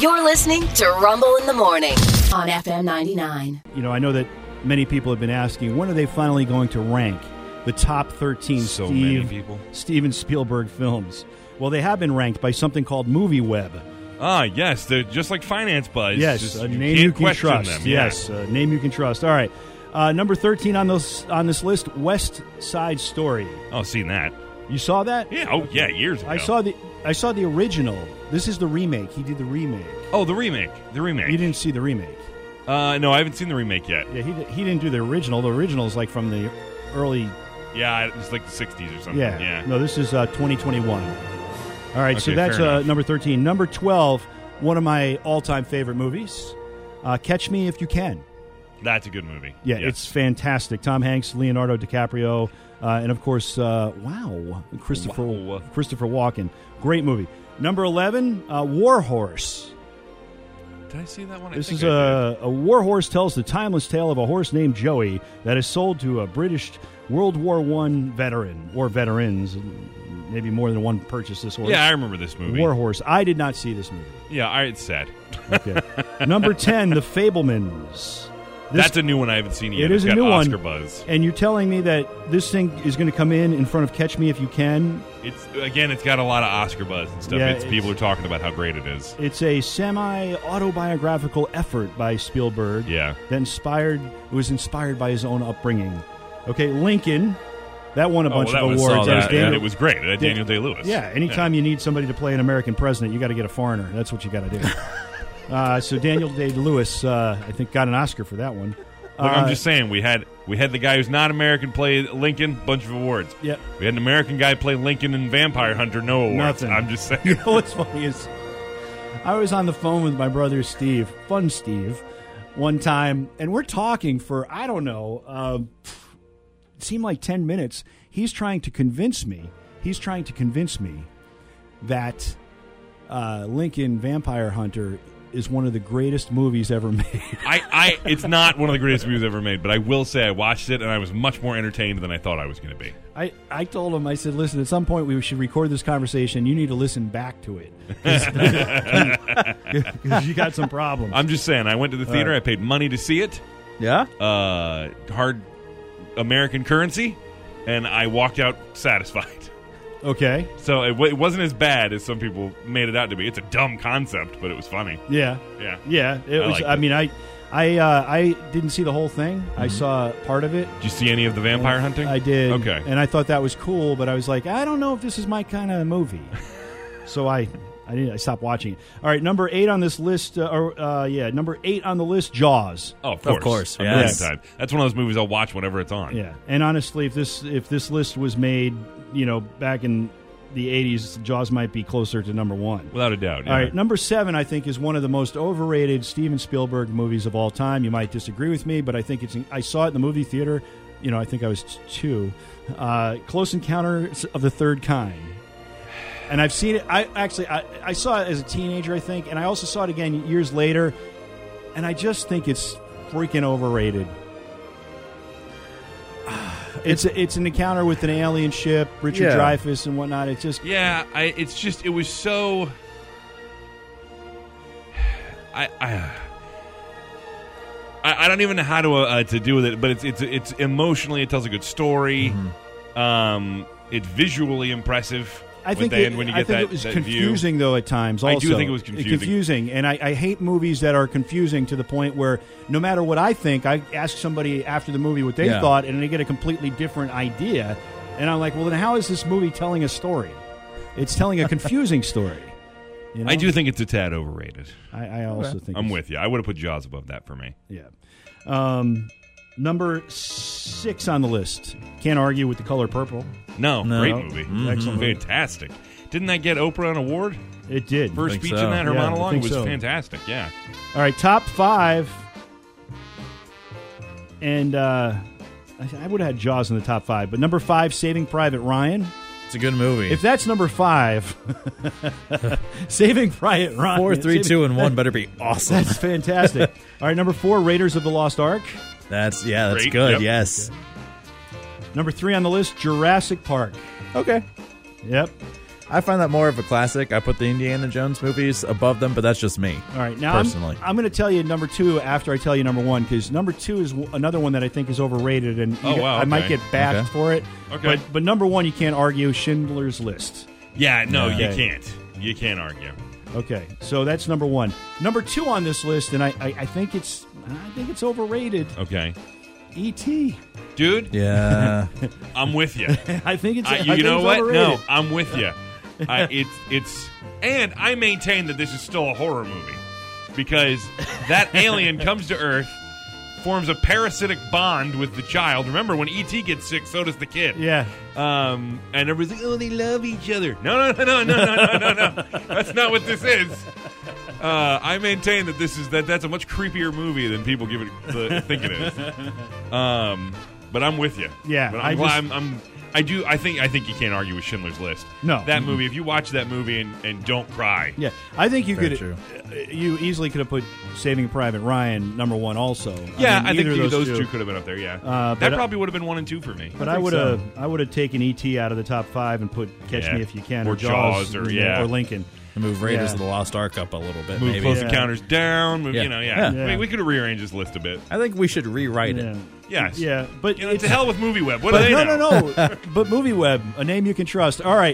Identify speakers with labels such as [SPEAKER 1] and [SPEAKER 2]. [SPEAKER 1] You're listening to Rumble in the Morning on FM 99.
[SPEAKER 2] You know, I know that many people have been asking when are they finally going to rank the top 13
[SPEAKER 3] So
[SPEAKER 2] Steve,
[SPEAKER 3] many people.
[SPEAKER 2] Steven Spielberg films? Well, they have been ranked by something called Movie Web.
[SPEAKER 3] Ah, yes, they're just like finance buzz.
[SPEAKER 2] yes,
[SPEAKER 3] just,
[SPEAKER 2] a
[SPEAKER 3] you
[SPEAKER 2] name
[SPEAKER 3] can't
[SPEAKER 2] you can
[SPEAKER 3] question
[SPEAKER 2] trust.
[SPEAKER 3] Them.
[SPEAKER 2] Yes, uh, a name you can trust. All right. Uh, number 13 on this on this list, West Side Story.
[SPEAKER 3] Yeah. Oh, seen that?
[SPEAKER 2] You saw that?
[SPEAKER 3] Yeah. Oh, yeah. Years ago.
[SPEAKER 2] I saw the I saw the original. This is the remake. He did the remake.
[SPEAKER 3] Oh, the remake. The remake.
[SPEAKER 2] You didn't see the remake.
[SPEAKER 3] Uh, no, I haven't seen the remake yet.
[SPEAKER 2] Yeah, he, di- he didn't do the original. The original is like from the early
[SPEAKER 3] Yeah, it was like the '60s or something.
[SPEAKER 2] Yeah.
[SPEAKER 3] Yeah.
[SPEAKER 2] No, this is uh, 2021. All right, so
[SPEAKER 3] Okay,
[SPEAKER 2] that's
[SPEAKER 3] fair
[SPEAKER 2] uh,
[SPEAKER 3] enough.
[SPEAKER 2] number 13. Number 12, one of my all-time favorite movies, uh, Catch Me If You Can.
[SPEAKER 3] That's a good movie.
[SPEAKER 2] Yeah,
[SPEAKER 3] Yes.
[SPEAKER 2] it's fantastic. Tom Hanks, Leonardo DiCaprio, uh, and of course, uh, wow, Christopher
[SPEAKER 3] Wow.
[SPEAKER 2] Christopher Walken. Great movie. Number 11, uh, War Horse.
[SPEAKER 3] Did I see that one? I
[SPEAKER 2] This
[SPEAKER 3] think
[SPEAKER 2] is
[SPEAKER 3] I did.
[SPEAKER 2] a, a war horse tells the timeless tale of a horse named Joey that is sold to a British World War One veteran or veterans. Maybe more than one purchased this horse.
[SPEAKER 3] Yeah, I remember this movie.
[SPEAKER 2] War horse. I did not see this movie.
[SPEAKER 3] Yeah, I, it's sad.
[SPEAKER 2] Okay. Number ten, The Fablemans.
[SPEAKER 3] That's a new one I haven't seen yet.
[SPEAKER 2] it is
[SPEAKER 3] It's
[SPEAKER 2] a
[SPEAKER 3] got
[SPEAKER 2] new
[SPEAKER 3] Oscar
[SPEAKER 2] one.
[SPEAKER 3] buzz.
[SPEAKER 2] And you're telling me that this thing is going to come in in front of Catch Me If You Can.
[SPEAKER 3] It's again, it's got a lot of Oscar buzz and stuff.
[SPEAKER 2] Yeah,
[SPEAKER 3] it's, people are
[SPEAKER 2] it's-
[SPEAKER 3] talking about how great it is.
[SPEAKER 2] It's a semi autobiographical effort by Spielberg.
[SPEAKER 3] Yeah.
[SPEAKER 2] That inspired it was inspired by his own upbringing. Okay, Lincoln. That won a
[SPEAKER 3] oh,
[SPEAKER 2] bunch
[SPEAKER 3] well, that
[SPEAKER 2] of
[SPEAKER 3] one
[SPEAKER 2] awards.
[SPEAKER 3] saw
[SPEAKER 2] That was
[SPEAKER 3] that,
[SPEAKER 2] Daniel-
[SPEAKER 3] and it was great. That
[SPEAKER 2] Dan-
[SPEAKER 3] Daniel Day Lewis.
[SPEAKER 2] Yeah, anytime you need somebody to play an American president, you got to get a foreigner. That's what you got to do. uh, so Daniel Day Lewis, uh, I think, got an Oscar for that one.
[SPEAKER 3] Look,
[SPEAKER 2] Uh,
[SPEAKER 3] I'm just saying we had we had the guy who's not American play Lincoln, bunch of awards.
[SPEAKER 2] Yeah.
[SPEAKER 3] We had an American guy play Lincoln in Vampire Hunter, no awards.
[SPEAKER 2] Nothing.
[SPEAKER 3] I'm just saying.
[SPEAKER 2] You know what's Oh, funny is I was on the phone with my brother Steve, fun Steve, one time, and we're talking for, I don't know, uh, pff, it seemed like 10 minutes. He's trying to convince me, he's trying to convince me that uh, Lincoln Vampire Hunter is one of the greatest movies ever made.
[SPEAKER 3] I, I it's not one of the greatest movies ever made, but I will say I watched it and I was much more entertained than I thought I was going to be.
[SPEAKER 2] I, I told him, I said, listen, at some point we should record this conversation. You need to listen back to it. Because you got some problems.
[SPEAKER 3] I'm just saying I went to the theater, I paid money to see it,
[SPEAKER 4] Yeah?
[SPEAKER 3] uh, hard American currency, and I walked out satisfied.
[SPEAKER 2] okay.
[SPEAKER 3] So it, w- it wasn't as bad as some people made it out to be. It's a dumb concept, but it was funny.
[SPEAKER 2] Yeah.
[SPEAKER 3] Yeah.
[SPEAKER 2] Yeah, it
[SPEAKER 3] I
[SPEAKER 2] was.
[SPEAKER 3] liked
[SPEAKER 2] I
[SPEAKER 3] it.
[SPEAKER 2] mean, I, I, uh, I didn't see the whole thing. I saw part of it.
[SPEAKER 3] Did you see any of the vampire hunting?
[SPEAKER 2] I did.
[SPEAKER 3] Okay.
[SPEAKER 2] And I thought that was cool, but I was like, I don't know if this is my kind of movie. so I, I didn't. I stopped watching it. All right, number eight on this list, uh, or uh, yeah, number eight on the list, Jaws.
[SPEAKER 3] Oh, of course.
[SPEAKER 4] course,
[SPEAKER 3] A million
[SPEAKER 4] yes.
[SPEAKER 3] times. That's one of those movies I'll watch whenever it's on.
[SPEAKER 2] Yeah. And honestly, if this if this list was made, you know, back in the '80s, Jaws might be closer to number one.
[SPEAKER 3] Without a doubt.
[SPEAKER 2] All
[SPEAKER 3] yeah.
[SPEAKER 2] right, number seven, I think, is one of the most overrated Steven Spielberg movies of all time. You might disagree with me, but I think it's. I saw it in the movie theater. You know, I think I was t- two. Uh, Close Encounters of the Third Kind, and I've seen it. I actually, I, I saw it as a teenager, I think, and I also saw it again years later. And I just think it's freaking overrated. It's a, it's an encounter with an alien ship, Richard
[SPEAKER 4] Yeah.
[SPEAKER 2] Dreyfuss and whatnot. It's just
[SPEAKER 3] Yeah, I, it's just, it was so. I. I I I don't even know how to uh, to do with it, but it's it's it's emotionally it tells a good story. Um, it's visually impressive.
[SPEAKER 2] Mm-hmm. I
[SPEAKER 3] with
[SPEAKER 2] think
[SPEAKER 3] the
[SPEAKER 2] it,
[SPEAKER 3] end when you
[SPEAKER 2] I
[SPEAKER 3] get
[SPEAKER 2] think
[SPEAKER 3] that,
[SPEAKER 2] it was
[SPEAKER 3] that view.
[SPEAKER 2] confusing though at times.
[SPEAKER 3] I
[SPEAKER 2] Also,
[SPEAKER 3] do think it was confusing.
[SPEAKER 2] and I, I hate movies that are confusing to the point where no matter what I think, I ask somebody after the movie what they
[SPEAKER 4] Yeah.
[SPEAKER 2] thought, and they get a completely different idea, and I'm like, well, then how is this movie telling a story? It's telling a confusing story. You know?
[SPEAKER 3] I do think it's a tad overrated.
[SPEAKER 2] I, I also think
[SPEAKER 3] I'm
[SPEAKER 2] it's-
[SPEAKER 3] with you. I would have put Jaws above that for me.
[SPEAKER 2] Yeah. Um, number six on the list. Can't argue with the color purple.
[SPEAKER 3] No,
[SPEAKER 4] No.
[SPEAKER 3] great movie,
[SPEAKER 2] Excellent movie.
[SPEAKER 3] fantastic. Didn't that get Oprah an award?
[SPEAKER 2] It did.
[SPEAKER 3] Her
[SPEAKER 4] think
[SPEAKER 3] speech
[SPEAKER 4] so.
[SPEAKER 3] in that, her
[SPEAKER 2] Yeah, I
[SPEAKER 3] monologue
[SPEAKER 2] think
[SPEAKER 3] was
[SPEAKER 2] so.
[SPEAKER 3] fantastic. Yeah,
[SPEAKER 2] All right, top five. And uh, I, I would have had Jaws in the top five, but number five, Saving Private Ryan.
[SPEAKER 4] It's a good movie.
[SPEAKER 2] If that's number five, Saving Private Ryan.
[SPEAKER 4] Four, three,
[SPEAKER 2] Saving-
[SPEAKER 4] two, and one better be awesome.
[SPEAKER 2] That's fantastic. All right, number four, Raiders of the Lost Ark.
[SPEAKER 4] That's yeah, that's
[SPEAKER 3] Great.
[SPEAKER 4] good.
[SPEAKER 3] Yep.
[SPEAKER 4] Yes.
[SPEAKER 2] Number three on the list, Jurassic Park.
[SPEAKER 4] Okay.
[SPEAKER 2] Yep.
[SPEAKER 4] I find that more of a classic. I put the Indiana Jones movies above them, but that's just me.
[SPEAKER 2] All right, now I'm-
[SPEAKER 4] personally,
[SPEAKER 2] I'm, going to tell you number two after I tell you number one because number two is w- another one that I think is overrated, and you
[SPEAKER 3] Oh,
[SPEAKER 2] g-
[SPEAKER 3] wow,
[SPEAKER 2] I might
[SPEAKER 3] okay.
[SPEAKER 2] get bashed
[SPEAKER 4] Okay.
[SPEAKER 2] for it.
[SPEAKER 3] Okay.
[SPEAKER 2] But but number one, you can't argue Schindler's List.
[SPEAKER 3] Yeah, no,
[SPEAKER 2] Yeah.
[SPEAKER 3] you can't. You can't argue.
[SPEAKER 2] Okay, so that's number one. Number two on this list, and I, I, I think it's I think it's overrated. E
[SPEAKER 3] Okay,
[SPEAKER 2] E.T.
[SPEAKER 3] dude,
[SPEAKER 4] yeah,
[SPEAKER 3] I'm with you.
[SPEAKER 2] I think it's
[SPEAKER 3] I,
[SPEAKER 2] I
[SPEAKER 3] you
[SPEAKER 2] think
[SPEAKER 3] know
[SPEAKER 2] it's
[SPEAKER 3] what? No,
[SPEAKER 2] Overrated.
[SPEAKER 3] I'm with you. I, it's it's, and I maintain that this is still a horror movie because that alien comes to Earth, forms a parasitic bond with the child. Remember when ET gets sick, so does the kid.
[SPEAKER 2] Yeah.
[SPEAKER 3] Um, and everybody's like, oh, they love each other. No, no, no, no, no, no, no, no, no. That's not what this is. Uh, I maintain that this is that that's a much creepier movie than people give it the, think it is. Um, but I'm with you.
[SPEAKER 2] Yeah,
[SPEAKER 3] but
[SPEAKER 2] I
[SPEAKER 3] I'm,
[SPEAKER 2] just-
[SPEAKER 3] I am I'm, I do. I think. I think you can't argue with Schindler's List.
[SPEAKER 2] No.
[SPEAKER 3] that movie. If you watch that movie and, and don't cry,
[SPEAKER 2] Yeah, I think you
[SPEAKER 4] Very
[SPEAKER 2] could,
[SPEAKER 4] true.
[SPEAKER 2] uh, you easily could have put Saving Private Ryan number one also.
[SPEAKER 3] yeah, I,
[SPEAKER 2] mean,
[SPEAKER 3] think
[SPEAKER 2] either
[SPEAKER 3] either
[SPEAKER 2] of
[SPEAKER 3] those, two, could have been up there. Yeah,
[SPEAKER 2] Uh,
[SPEAKER 3] that
[SPEAKER 2] but I-
[SPEAKER 3] probably would have been one and two for me.
[SPEAKER 2] But uh, I,
[SPEAKER 4] think
[SPEAKER 2] would
[SPEAKER 4] so.
[SPEAKER 2] have I would have taken ET out of the top five and put Catch
[SPEAKER 3] Yeah.
[SPEAKER 2] Me If You Can
[SPEAKER 3] Or
[SPEAKER 2] or,
[SPEAKER 3] Jaws, or- yeah.
[SPEAKER 2] or Lincoln.
[SPEAKER 4] move Raiders
[SPEAKER 2] Yeah.
[SPEAKER 4] of the Lost Ark up a little bit.
[SPEAKER 3] Move
[SPEAKER 4] maybe.
[SPEAKER 3] Close
[SPEAKER 2] Yeah.
[SPEAKER 3] Encounters down. Move,
[SPEAKER 4] Yeah.
[SPEAKER 3] You know, yeah.
[SPEAKER 2] Yeah.
[SPEAKER 3] I mean, we could rearrange this list a bit.
[SPEAKER 4] I think we should rewrite
[SPEAKER 2] Yeah,
[SPEAKER 4] it.
[SPEAKER 3] Yes.
[SPEAKER 2] yeah, but
[SPEAKER 3] You know,
[SPEAKER 2] it's,
[SPEAKER 3] to hell with movie web. What do
[SPEAKER 2] But
[SPEAKER 3] they
[SPEAKER 2] no,
[SPEAKER 3] know?
[SPEAKER 2] no, no. but Movie Web, a name you can trust. All right,